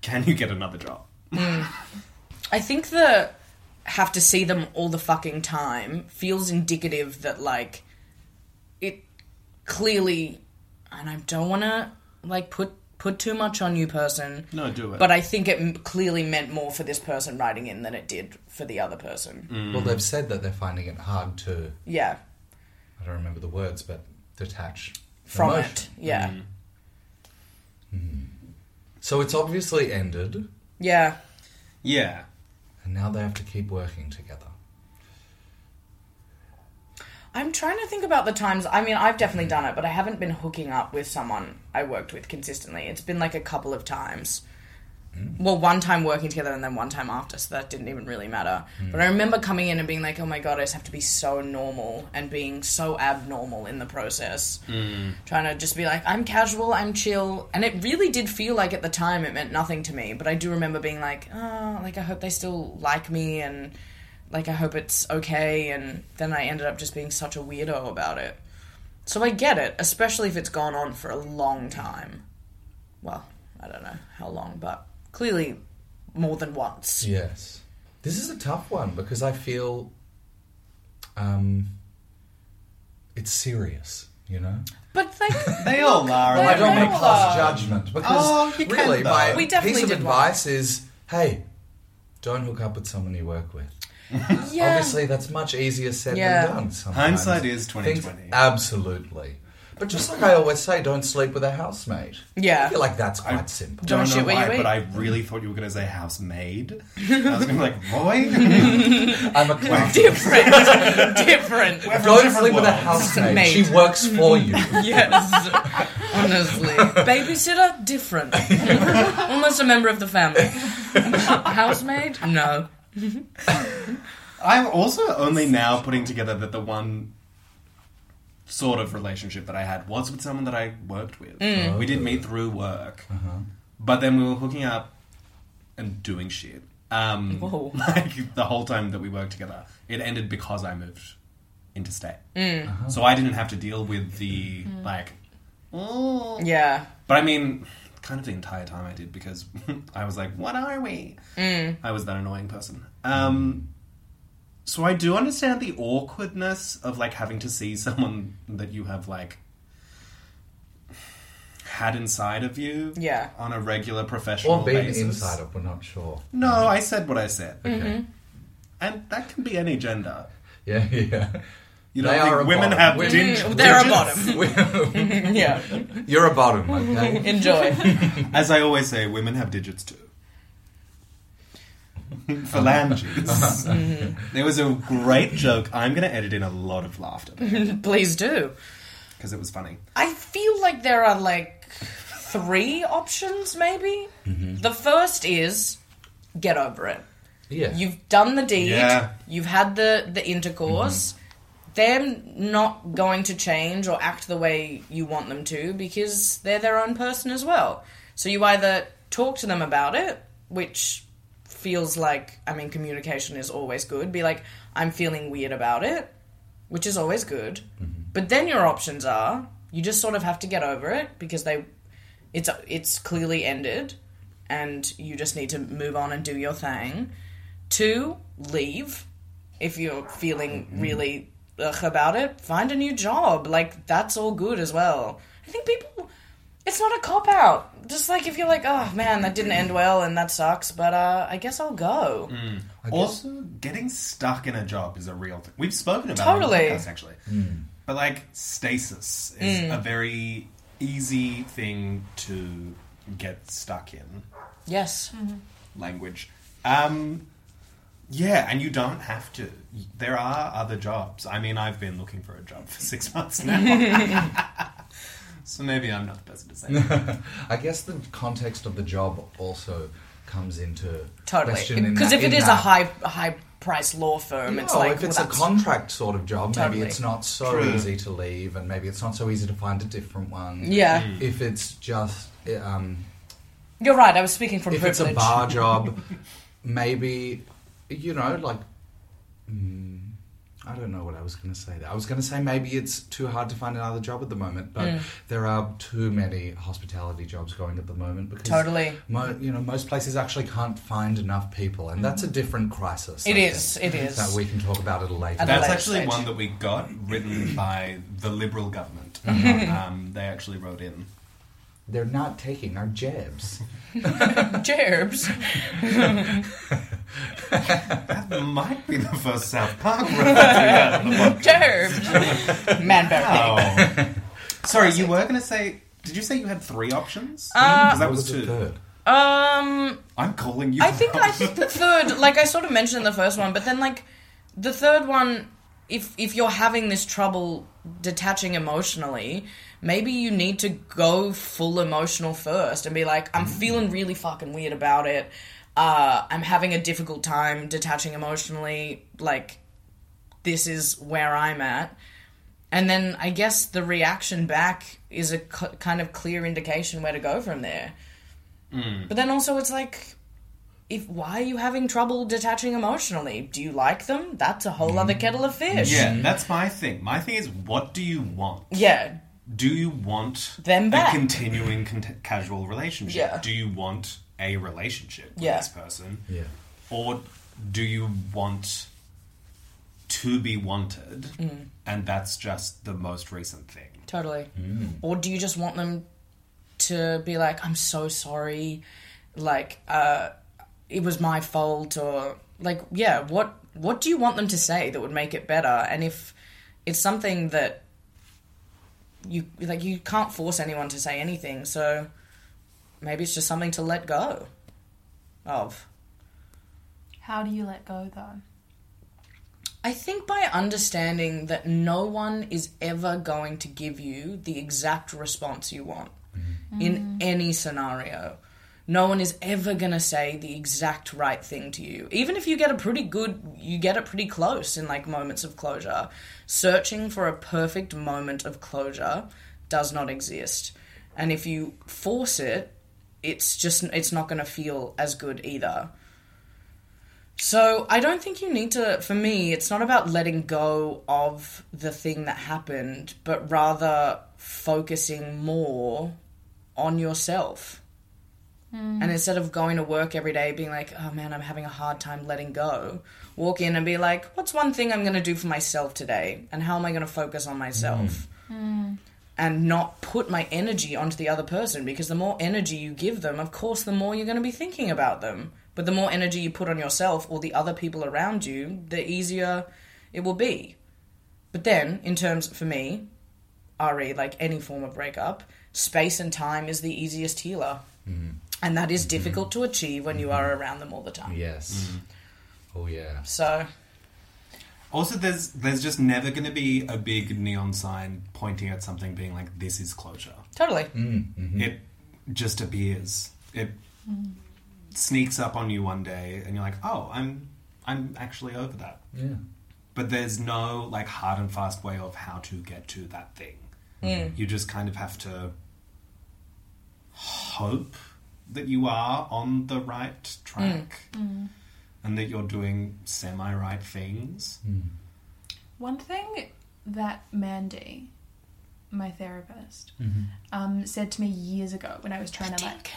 can you get another job? I think the have to see them all the fucking time feels indicative that like clearly, and I don't want to like put put too much on you, person. No, do it. But I think it m- clearly meant more for this person writing in than it did for the other person. um, Well, they've said that they're finding it hard to, Yeah, I don't remember the words, but detach from emotion. it. Yeah, So it's obviously ended, yeah. Yeah. and now they have to keep working together. I'm trying to think about the times. I mean, I've definitely done it, but I haven't been hooking up with someone I worked with consistently. It's been like a couple of times. Well, one time working together and then one time after, so that didn't even really matter. But I remember coming in and being like, oh my god, I just have to be so normal and being so abnormal in the process. Trying to just be like, I'm casual, I'm chill. And it really did feel like at the time it meant nothing to me, but I do remember being like, oh, like I hope they still like me and like I hope it's okay and then I ended up just being such a weirdo about it. So I get it, especially if it's gone on for a long time. Well, I don't know how long, but clearly more than once. Yes. This is a tough one because I feel um, it's serious, you know? But like [laughs] They all are. I don't Well, make class judgment because Oh, you can, really though. my We definitely piece of did one. advice is hey, don't hook up with someone you work with. yeah. Obviously, that's much easier said Yeah. than done. Sometimes. Hindsight is Things- 2020. absolutely. But just like I always say, don't sleep with a housemate. Yeah. I feel like that's quite I simple. Don't don't shit know where you why, eat. but I really thought you were going to [laughs] say housemaid. I was going to be like, Roy? I'm a class. different [laughs] different. Don't different sleep with a worlds. housemate. Mate. She works for you. Yes. [laughs] Honestly. Babysitter different. [laughs] Almost a member of the family. Housemaid? No. [laughs] I'm also only now putting together that the one sort of relationship that I had was with someone that I worked with. Mm. We did meet through work, but then we were hooking up and doing shit. Um, [laughs] Whoa. [laughs] Like the whole time that we worked together, it ended because I moved interstate, Mm. so I didn't have to deal with the like. Oh, Yeah. but I mean, kind of the entire time I did because [laughs] I was like, "What are we?" Mm. I was that annoying person. Um, so I do understand the awkwardness of like having to see [laughs] someone that you have like had inside of you, Yeah. on a regular professional [laughs] Or being basis. inside of, we're not sure. No, I said what I said, Okay. Mm-hmm. and that can be any gender. Yeah, [laughs] yeah. You know, They I think are a women bottom. have Women- dig- They're a digits. bottom. Yeah. [laughs] You're a bottom, okay? [laughs] Enjoy. As I always say, women have digits too. [laughs] Phalanges. There was a great joke. I'm going to edit in a lot of laughter Please do. because it was funny. I feel like there are like three options, maybe. The first is get over it. Yeah. You've done the deed. Yeah. You've had the the intercourse. They're not going to change or act the way you want them to because they're their own person as well. So you either talk to them about it, which feels like I mean communication is always good. Be like, I'm feeling weird about it, which is always good. But then your options are you just sort of have to get over it because they it's it's clearly ended and you just need to move on and do your thing. Two, leave if you're feeling Mm-hmm. really ugh about it. Find a new job. Like that's all good as well. I think people it's not a cop out. Just like if you're like, oh man, that didn't end well and that sucks, but uh, I guess I'll go. Mm. Also, getting stuck in a job is a real thing. We've spoken about Totally. it on the podcast, actually. But like stasis is a very easy thing to get stuck in. Yes. language. Um, yeah, and you don't have to. There are other jobs. I mean, I've been looking for a job for six [laughs] months now. [laughs] so maybe I'm not the person to say that. [laughs] I guess the context of the job also comes into Totally. question. in Because that- if it in is a that- high high price law firm, it's No, like if it's well, a that's- contract sort of job, Totally. maybe it's not so True. easy to leave, and maybe it's not so easy to find a different one. Yeah. If it's just um, You're right, I was speaking from if privilege. it's a bar [laughs] job, maybe you know, like mm, I don't know what I was going to say. There, I was going to say maybe it's too hard to find another job at the moment, Mm. but there are too many hospitality jobs going at the moment because Totally. [laughs] mo- you know, most places actually can't find enough people, and that's a different crisis. It I is, think, it is. That we can talk about it later. And That's Later actually stage. one that we got [clears throat] written by the [laughs] Liberal government. Mm-hmm. um, they actually wrote in. They're not taking our [laughs] jabs. Jerbs. That might be the first South Park [laughs] reference we had on the podcast. [laughs] Jerbs. Man bear. Oh. Sorry, you were going to say. Did you say you had three options? Because that What was Uh, the two. third? Um I'm calling you. I think I [laughs] think the third like I sort of mentioned the first one, but then like the third one if if you're having this trouble detaching emotionally, maybe you need to go full emotional first and be like I'm feeling really fucking weird about it. Uh I'm having a difficult time detaching emotionally like this is where I'm at. And then I guess the reaction back is a c- kind of clear indication where to go from there. But then also it's like if why are you having trouble detaching emotionally? Do you like them? That's a whole other kettle of fish. Yeah, that's my thing. My thing is, what do you want? Yeah. Do you want Them a back. continuing con- casual relationship? Yeah. Do you want a relationship with Yeah. this person? Yeah. Or do you want to be wanted? Mm. And that's just the most recent thing. Totally. Or do you just want them to be like, I'm so sorry, like, uh, it was my fault, or like, yeah, what what do you want them to say that would make it better? And if it's something that you like, you can't force anyone to say anything, so maybe it's just something to let go of. How do you let go though? I think by understanding that no one is ever going to give you the exact response you want in any scenario. No one is ever going to say the exact right thing to you. Even if you get a pretty good, you get it pretty close in like moments of closure. Searching for a perfect moment of closure does not exist. And if you force it, it's just, it's not going to feel as good either. So I don't think you need to. For me, it's not about letting go of the thing that happened, but rather focusing more on yourself. And instead of going to work every day being like, oh man, I'm having a hard time letting go, walk in and be like, what's one thing I'm going to do for myself today? And how am I going to focus on myself? And not put my energy onto the other person because the more energy you give them, of course, the more you're going to be thinking about them. But the more energy you put on yourself or the other people around you, the easier it will be. But then, in terms for me, RE, like any form of breakup, space and time is the easiest healer. And that is difficult to achieve when you are around them all the time. Yes. Mm-hmm. Oh yeah. So, Also, there's there's just never going to be a big neon sign pointing at something, being like, "This is closure." totally. Mm-hmm. It just appears. It sneaks up on you one day, and you're like, "Oh, I'm I'm actually over that." Yeah. But there's no like hard and fast way of how to get to that thing. You just kind of have to hope that you are on the right track and that you're doing semi right things. Mm. One thing that Mandy, my therapist, um, said to me years ago when I was trying to like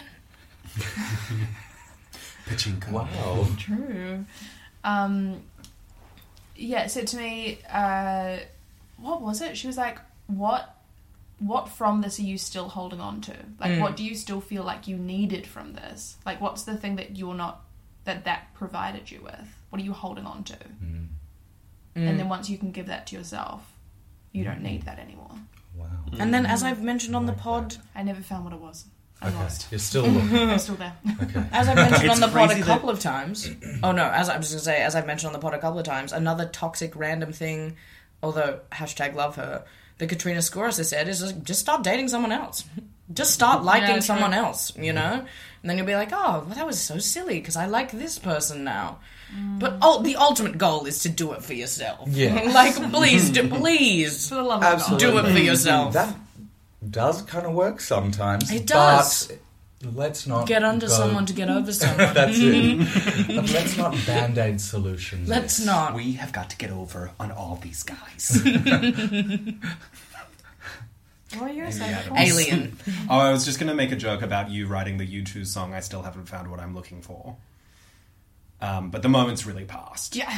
Pachinko. Wow. True. Um, yeah, so to me, uh, what was it? She was like, "What, what from this are you still holding on to? Like, what do you still feel like you needed from this? Like, what's the thing that you're not that that provided you with? What are you holding on to? And then once you can give that to yourself, you don't need that anymore. Wow. And then, as I've mentioned on the pod, I never found what it was. I'm Okay. lost. You're still [laughs] looking. I'm still there. Okay. as [laughs] I've mentioned on It's the pod a crazy that- couple of times. Oh no, as I was going to say, as I've mentioned on the pod a couple of times, another toxic random thing, although hashtag love her, that Katrina Scoris has said is like, just start dating someone else. Just start liking true. someone else, Mm-hmm. you know? And then you'll be like, oh, well, that was so silly because I like this person now. But oh, the ultimate goal is to do it for yourself. Yeah. [laughs] like, please, do, please. For the love of God. Do it for yourself. That does kind of work sometimes. It does. But Let's not Get under go- [laughs] someone to get over [laughs] someone. That's it. [laughs] But let's not band aid solutions. Let's not. We [laughs] have got to get over on all these [laughs] guys. What are your assumptions? Alien. oh, I was just going to make a joke about you writing the U2 song, I Still Haven't Found What I'm Looking For. Um, but the moment's really [laughs] passed. Yeah.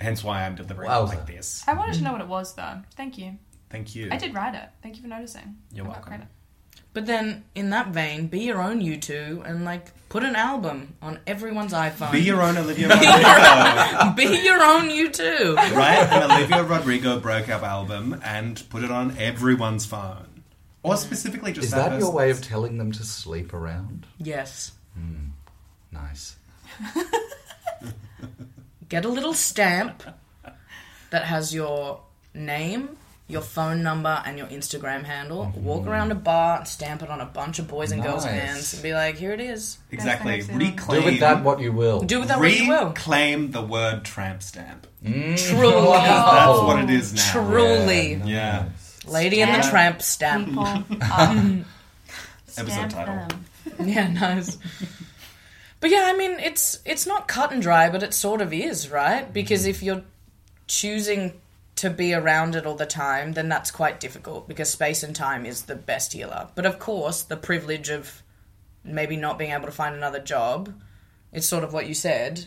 Hence why I'm delivering it Wowza. like this. I wanted to know what it was though. Thank you. Thank you. I did write it. Thank you for noticing. You're I got welcome. credit. But then, in that vein, be your own you two and like put an album on everyone's iPhone. Be your own Olivia Rodrigo, [laughs] Be your own you two. right? An Olivia Rodrigo broke up album and put it on everyone's phone. Or specifically just Is that, that your person's. way of telling them to sleep around? Yes. Nice. Get a little stamp that has your name, your phone number, and your Instagram handle. Walk around a bar and stamp it on a bunch of boys and girls' Nice. hands and be like, here it is. Exactly. That's the next Reclaim. Do with that what you will. Do with that what you will. Reclaim the word tramp stamp. Mm. [laughs] Truly. Oh, That's what it is now. Truly. Yeah. Lady and the Stamp. Tramp stamp. People are Episode title. [laughs] them. yeah, nice. But yeah, I mean, it's it's not cut and dry, but it sort of is, right? Mm-hmm. Because if you're choosing to be around it all the time, then that's quite difficult because space and time is the best healer. But of course, the privilege of maybe not being able to find another job, it's sort of what you said.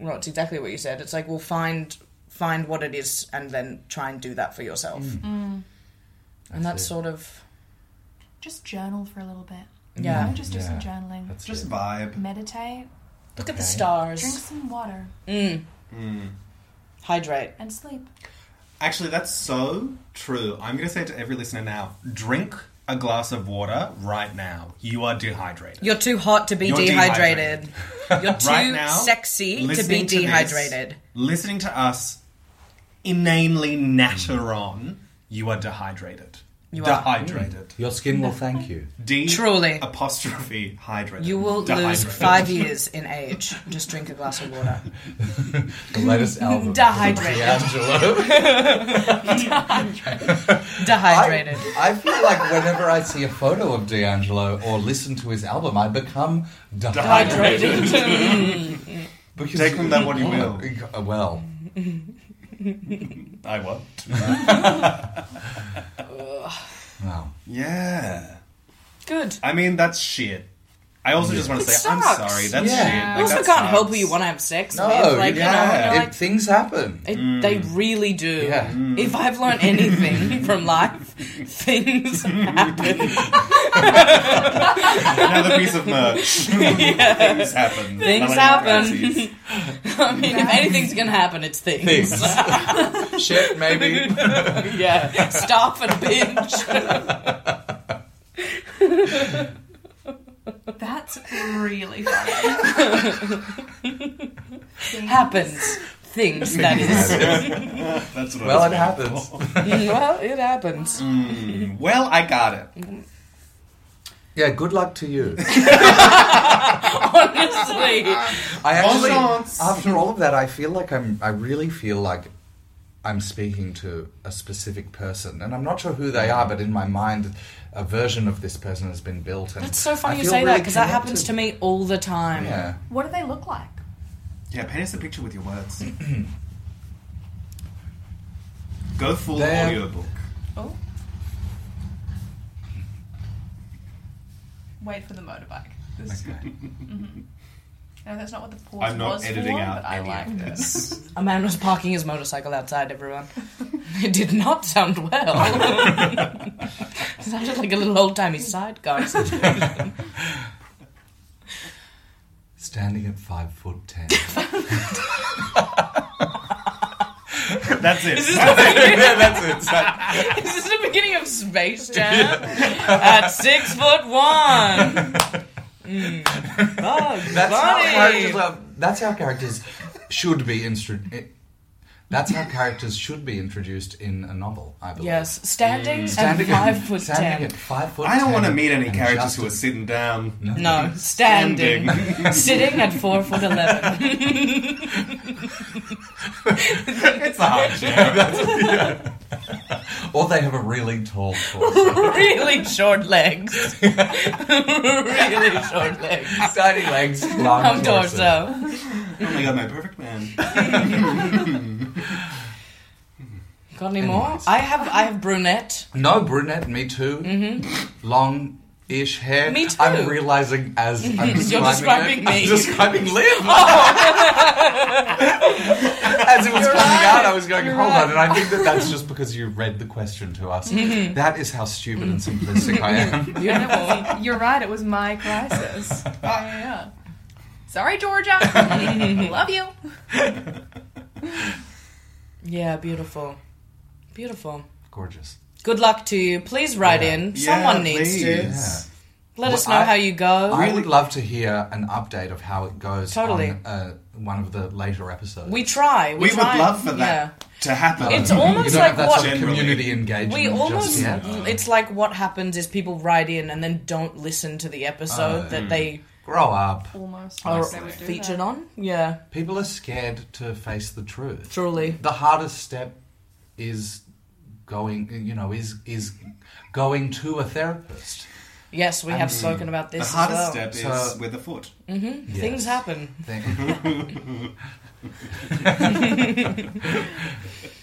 Well, it's exactly what you said. It's like, well, find find what it is and then try and do that for yourself. And that's Mm. it. sort of Just journal for a little bit. Mm. yeah. Just do some Yeah. journaling. That's Just it. [laughs] vibe. Meditate. Look at the Okay. stars. Drink some water Hydrate. and sleep. Actually, that's so true. I'm going to say to every listener now drink a glass of water right now. You are dehydrated. You're too hot to be You're dehydrated. dehydrated. You're too [laughs] right now. sexy to be listening this, dehydrated. listening to us inanely natter on, you are dehydrated. You are. dehydrated. Your skin will thank you. D Truly. apostrophe hydrated. you will lose Dehydrated. five years in age. Just drink a glass of [laughs] water. The [laughs] latest album. Dehydrated. [laughs] D'Angelo. Dehydrated. I, I feel like whenever I see a photo of D'Angelo or listen to his album, I become dehydrated. Because Take from that what you will. Uh, Well, I won't. wow. Yeah. Good. I mean, that's shit. I also just want to It say, I'm sucks. sorry. That's Yeah. shit. You Like, also that can't help who you sucks. want to have sex No, with. Like, yeah. you know, it, you're like, things happen. it, they Mm. really do. [laughs] Yeah. If I've learned [laughs] anything from life, [laughs] things happen. Another piece [laughs] of merch. Things happen. Things Melanie happen. [laughs] Mazzis. [laughs] I mean, if anything's going to happen, it's Things. [laughs] Shit, maybe. yeah. Stop [laughs] and binge. That's really funny. Happens. Things, that is. [laughs] That's what I Well, it was going [laughs] happens. for. [laughs] well, it happens. [laughs] Hmm. Well, I got it. Yeah, good luck to you. Honestly. I actually, chance. after all of that, I feel like I'm. I really feel like I'm speaking to a specific person, and I'm not sure who they are, but in my mind, a version of this person has been built. And That's so funny I you feel say that really because that happens to connected. me all the time. Yeah, What do they look like? Yeah, paint us a picture with your [clears throat] words. Go full There. audiobook. Oh. Wait for the motorbike. This is good. No, that's not what the pause I'm not was editing for, out but I any like of this. this. [laughs] A man was parking his motorcycle outside, everyone. [laughs] It did not sound [laughs] well. it sounded like a little old timey [laughs] sidecar. standing at five foot [laughs] ten. That's it. [laughs] yeah, that's it. Is this the beginning of Space Jam? At six foot one. [laughs] Oh, Mm. Bugs That's how Bunny. characters. Are, that's how characters should be instru- That's how characters should be introduced in a novel. I believe. Yes, standing Mm. Standing at five at, foot standing ten. at five foot. I don't 10 want to meet any and characters just who are sitting down. No, standing. [laughs] Sitting at four foot eleven. it's a hard job. Or they have a really tall [laughs] [laughs] torso. really short legs. really short legs. Tiny legs, long I'm torso. torso. Oh my god, my perfect man. Got any more? I have I have brunette. Mm-hmm. No, brunette, me too. Long ish hair. Mm. Me too. I'm realizing [laughs] as I'm describing, You're describing it, me. I'm describing [laughs] Liv. as it was coming out, I was going, hold on. And I think [laughs] that that's just because you read the question to us. Mm-hmm. That is how stupid and simplistic I [laughs] am. Beautiful. You're right, it was my [laughs] crisis. oh, yeah. Sorry, Georgia. [laughs] Love you. yeah, beautiful. Beautiful. Gorgeous. Good luck to you. Please write Yeah. in. Someone Yeah, needs please. to. Yeah. Let us know Well, I- how you go. I would love to hear an update of how it goes Oh. Totally. on uh, one of the later episodes. we try. We, We would try. love for that to happen. It's You almost don't like have that what- sort of Generally. community Yeah. engagement. We almost just yet. it's like what happens is people write in and then don't listen to the episode Oh. that they grow up. Almost. are like Oh, they would do featured that. on. Yeah. People are scared to face the truth. Truly. The hardest step is going, you know, is is going to a therapist. Yes, we have spoken about the this as hardest well. Mm-hmm. step is So- with the foot. Things Yes. happen. Thing.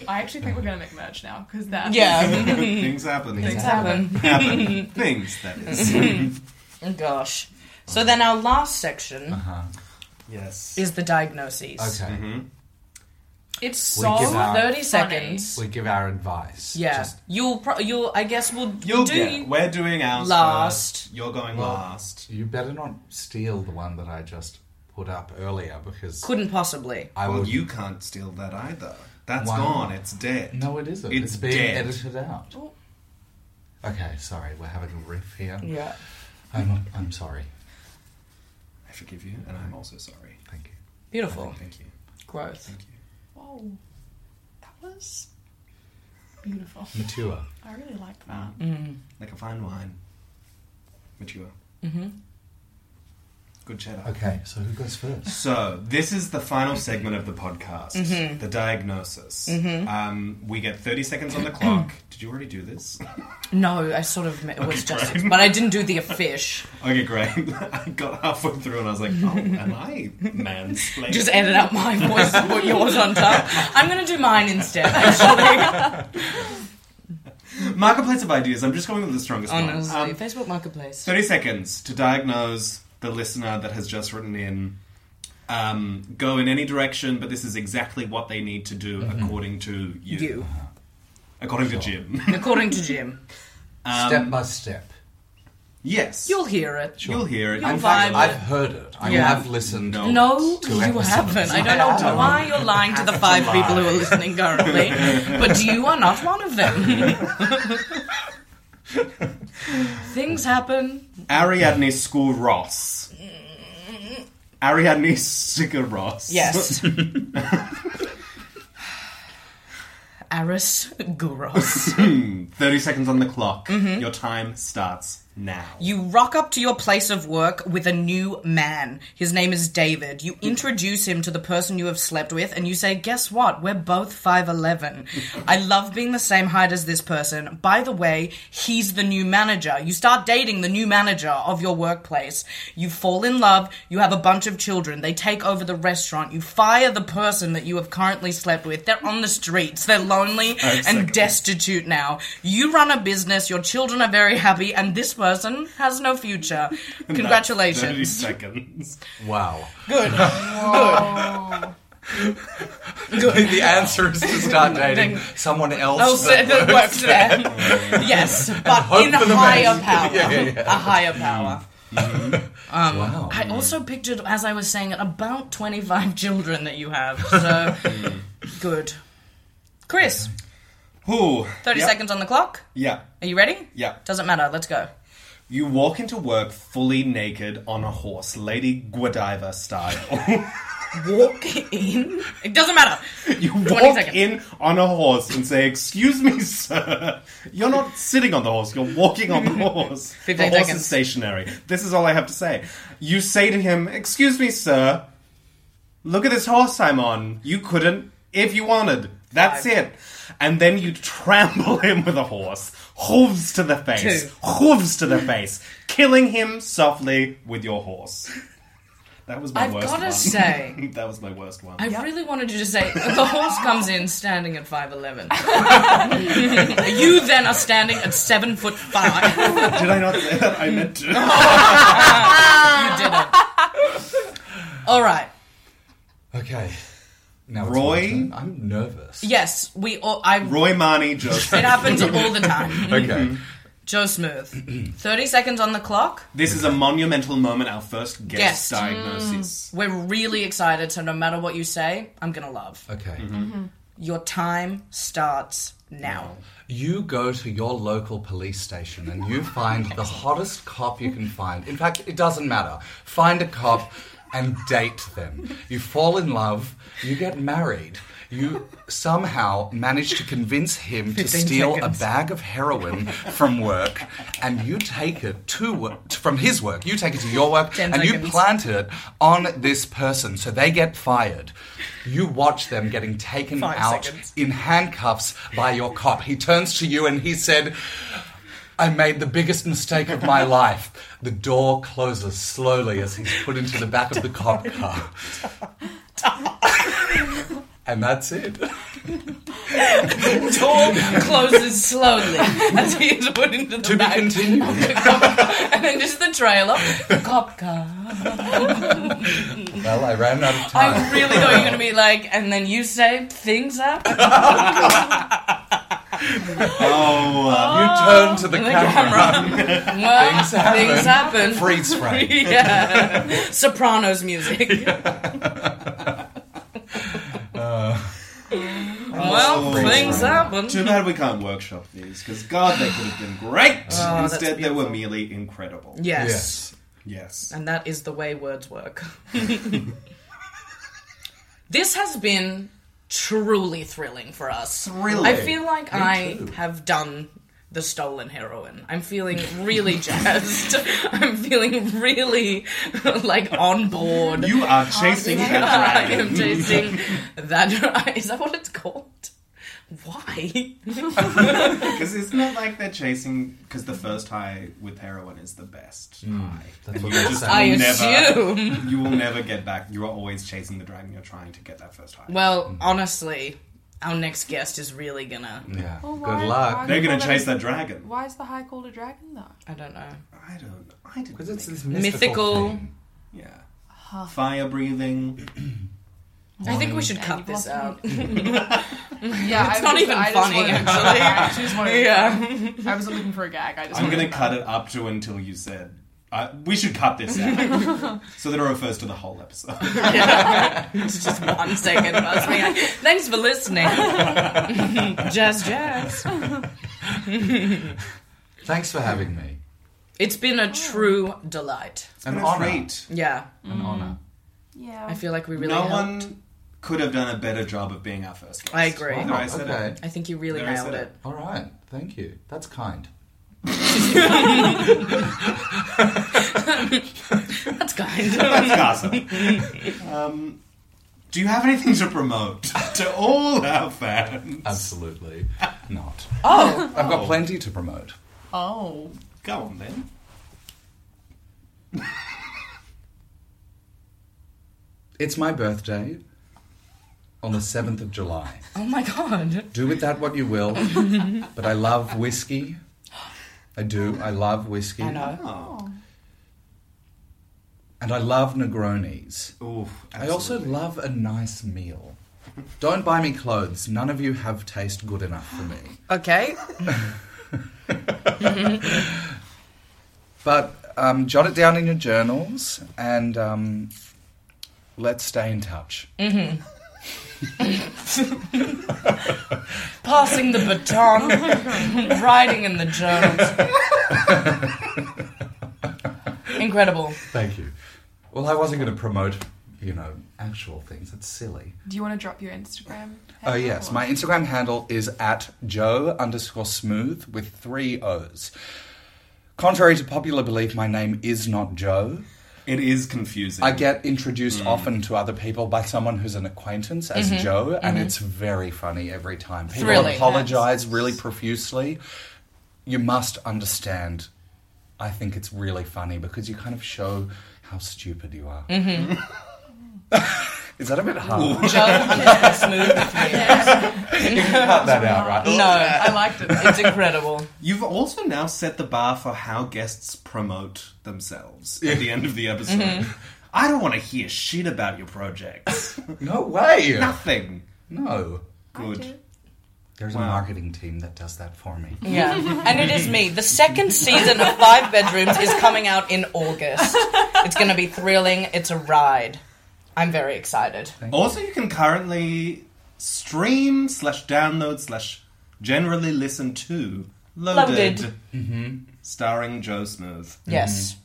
I actually think we're going to make merch now because that. Yeah. [laughs] Things happen. Um, Things happen. Oh, happen. Things, that is. Gosh. So then our last section Uh-huh. yes. is the diagnoses. Okay, Mm-hmm. It's We so. give up. Thirty seconds. we give our advice. yeah. Just- you'll pro- you'll I guess we'll we'll You'll do get, we're doing ours Last. first. You're going Well, last. you better not steal the one that I just put up earlier because couldn't possibly. I well, would. you can't steal that either. That's One- gone. It's dead. no, it isn't. It's It's, being dead. edited out. Oh. Okay, sorry, we're having a riff here. Yeah. I'm, I'm sorry. I forgive you, and I'm also sorry. Thank you. Beautiful. Thank you. Growth. Thank you. Whoa. That was beautiful. Mature. I really like that. Ah, Mm-hmm. Like a fine wine. Mature. Mm-hmm. Good cheddar. Okay, so who goes first? So this is the final segment of the podcast, Mm-hmm. the diagnosis. Um, we get thirty seconds on the [clears throat] clock. Did you already do this? No, I sort of it was just great. but I didn't do the fish. okay, great. [laughs] I got halfway through and I was like, "Oh, am I mansplaining?" Just edit out my voice and put yours on top. I'm gonna do mine instead, [laughs] actually. Marketplace of ideas. I'm just going with the strongest Honestly. one. Um, Facebook Marketplace. 30 seconds to diagnose the listener that has just written in. Um, go in any direction, but this is exactly what they need to do according to you. Mm-hmm. You. According to [laughs] Jim. According to Jim. Um, step by step. Yes. You'll hear it. You'll hear it. You'll You'll In fact, vibe I've it. heard it. I Yeah. have listened. No. No, To you episodes. haven't. I don't I know haven't. why you're lying to the five lie. people who are listening currently, but you are not one of [laughs] them. Things happen. Ariadne School Ross. Ariadne Sigur Ross. Mm. [laughs] Yes. Aris Gouros. 30 seconds on the clock. Mm-hmm. Your time starts now. You rock up to your place of work with a new man. His name is David. You introduce him to the person you have slept with and you say, Guess what? We're both 5'11. I love being the same height as this person. By the way, he's the new manager. You start dating the new manager of your workplace. You fall in love. You have a bunch of children. They take over the restaurant. You fire the person that you have currently slept with. They're on the streets. They're [laughs] lonely Five and seconds. desperate destitute now. You run a business, your children are very happy, and this person has no [laughs] future. Thirty Congratulations. seconds. Wow. Oh. [laughs] the answer is to [laughs] start dating someone else. Else that- that works there. [laughs] yes, but in for a the higher best. [laughs] power. Yeah, yeah, yeah. A higher power. wow. I also pictured, as I was saying, about 25 children that you [laughs] have. So, good. Chris, Ooh. 30 Yep. seconds on the clock. Yeah. Are you ready? Yeah. Doesn't matter. Let's go. You walk into work fully naked on a horse, Lady Godiva style. [laughs] Walk in. It doesn't matter. [laughs] you 20 walk seconds. in on a horse and say, "Excuse me, sir. You're not sitting on the horse. You're walking on the [laughs] horse. the 15 horse seconds. is stationary. This is all I have to say. You say to him, "Excuse me, sir. Look at this horse I'm on. You couldn't if you wanted. That's Five. it." and then you trample him with a horse, hooves to the face, Two. hooves to the face, killing him softly with your horse. That was my I've worst gotta one. say- [laughs] that was my worst one. I really wanted you to say the horse comes in standing at five [laughs] eleven. you then are standing at seven foot five. You Did I not say that? I meant to. did it. All right. Okay. Now it's Roy? my turn. I'm nervous. Yes, we all. I. [laughs] Roy Marnie Joseph. It happens all the time. Okay. Joe Smooth. Thirty seconds on the clock. This is a monumental moment, our first guest, Guest. diagnosis. We're really excited, so no matter what you say, I'm gonna love. Okay. Your time starts now. You go to your local police station and you find the hottest cop you can find. In fact, it doesn't matter. Find a cop and date them. You fall in love, you get married. You somehow manage to convince him to 15 steal seconds. a bag of heroin from work and you take it to work, from his work. You take it to your work Ten and you seconds. plant it on this person so they get fired. You watch them getting taken Five out seconds. in handcuffs by your cop. He turns to you and he said, I made the biggest mistake of my life. The door closes slowly as he's put into the back of the cop car. and that's it. Door [laughs] closes [laughs] slowly as he is put into the To be back. continued. The cop car. [laughs] and then just the trailer. The cop car. Well, I ran out of time. I really thought you were gonna be like, and then you say things happen. [laughs] Mm. Oh, uh, you turn to the The camera. Well, Things happen. Things happen. Freeze frame. [laughs] yeah. [laughs] Sopranos music. [laughs] Uh, well, Freeze things frame. happen. oh. too bad we can't workshop these, because God, they could have been great. Oh, that's Instead, they were beautiful. merely incredible. Yes. Yes. Yes. And that is the way words work. [laughs] this has been truly thrilling for us. Thrilling. I feel like I too. have done the stolen heroin. I'm feeling really jazzed. [laughs] I'm feeling really like on board. You are chasing Yeah, [laughs] that I dragon. am tasting that. [laughs] Is that what it's called? Why? [laughs] Because it's not like they're chasing. Because the first high with heroin is the best high. Hmm. That's what they just- say. I Never. assume. [laughs] You will never get back. You are always chasing the dragon. You're trying to get that first high. Well, honestly, our next guest is really gonna. Yeah. Well, why- Good luck. They're going Well, to that chase is- that dragon. Why is the high called a dragon though? I don't know. I don't. I didn't. Because it's think- this mystical. Mythical. thing. yeah. Fire breathing. I think we should And cut you this blossom. out. Yeah, It's I not was- even I just funny, wanted- actually. [laughs] I just wanted- Yeah. I was looking for a gag. I just I'm wanted going to cut it up to until you said. Uh, we should cut this out. [laughs] so that it refers to the whole episode. It's just one second of us being like, Thanks for listening. [laughs] jazz, jazz. Thanks for having me. It's been a true delight. An That's honor. great. Yeah, An honor. Yeah. I feel like we really. no helped. one could have done a better job of being our first [laughs] guest. I agree. Whether I said okay. it. I think you really There I nailed said it. it. All right. Thank you. That's kind. [laughs] That's kind. That's gossip. um, do you have anything to promote [laughs] to all our fans? [laughs] Absolutely not. oh. I've got plenty to promote. Oh. Go on then. It's my birthday on the 7th of July. Oh my god. Do with that what you [laughs] will, but I love whiskey. I do. I love whiskey. I know. Oh. And I love Negronis. Ooh, I also absolutely. love a nice meal. Don't buy me clothes. None of you have taste good enough for me. Okay. But um, jot it down in your journals and um, let's stay in touch. Passing the baton, [laughs] writing in the journals. Incredible. Thank you. Well, I wasn't going to promote, you know, actual things. That's silly. Do you want to drop your Instagram? Oh, yes. My Instagram handle is at joe underscore smooth with three O's. Contrary to popular belief, my name is not Joe. It is confusing. I get introduced often to other people by someone who's an acquaintance as Joe, and it's very funny every time. People Mm-hmm. Thrilling. apologize really profusely. You must understand. I think it's really funny because you kind of show how stupid you are. Mm-hmm. [laughs] Is that a bit hard? Joe, I'm not smooth with me. you can cut that out, right? No, I liked it. It's incredible. You've also now set the bar for how guests promote themselves at the end of the episode. I don't want to hear shit about your projects. No way. Nothing. No. Good. There's a marketing team that does that for me. Yeah, [laughs] and it is me. The second season of Five Bedrooms is coming out in August. It's going to be thrilling. It's a ride. I'm very excited. Also, you can currently stream slash download slash generally listen to Loaded, Loaded. starring Joe Smooth Yes,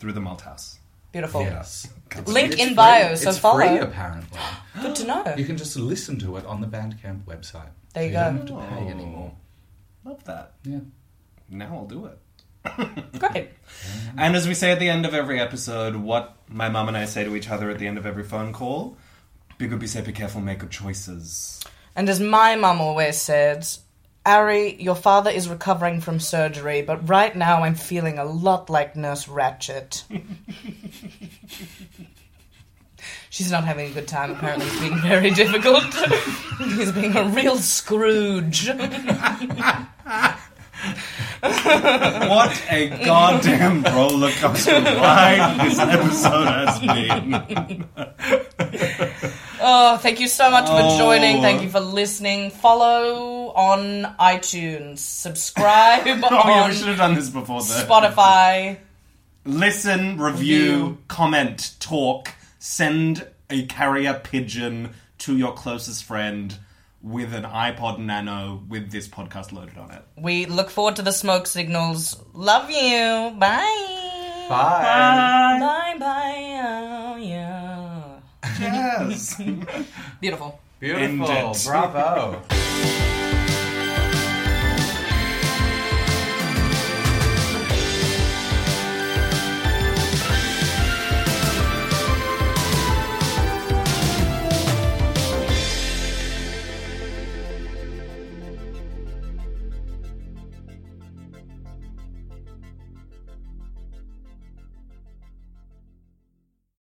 through the Malthouse. beautiful. Yes. Link It's in free- bio, so it's follow. free, apparently. Good to know. You can just listen to it on the Bandcamp website. There you go. so You don't have to pay anymore. Love that. Yeah. Now I'll do it. Great. And as we say at the end of every episode, what my mum and I say to each other at the end of every phone call, be good, be safe, be careful, make good choices. And as my mum always said, Ari, your father is recovering from surgery, but right now I'm feeling a lot like Nurse Ratchet. [laughs] She's not having a good time, apparently. It's being very [laughs] difficult. He's being a real Scrooge. What a goddamn roller coaster ride this episode has been. Oh, thank you so much for Oh. joining. Thank you for listening. Follow on iTunes. Subscribe [laughs] Oh, yeah, on we should have done this before the Spotify. Listen, review, comment, talk, send a carrier pigeon to your closest friend with an iPod Nano with this podcast loaded on it. We look forward to the smoke signals. Love you. Bye. Bye. Bye bye. Oh, yeah. Yes. Beautiful. Beautiful. End it. Bravo.